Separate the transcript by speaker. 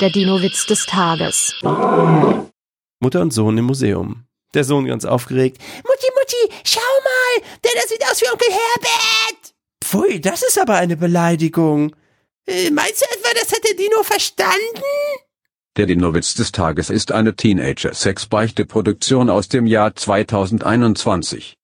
Speaker 1: Der Dino-Witz des Tages.
Speaker 2: Mutter und Sohn im Museum. Der Sohn ganz aufgeregt.
Speaker 3: Mutti, Mutti, schau mal, der da sieht aus wie Onkel Herbert.
Speaker 2: Pfui, das ist aber eine Beleidigung.
Speaker 3: Äh, meinst du etwa, das hat der Dino verstanden?
Speaker 4: Der Dinowitz des Tages ist eine Teenager-Sex-Beichte-Produktion aus dem Jahr 2021.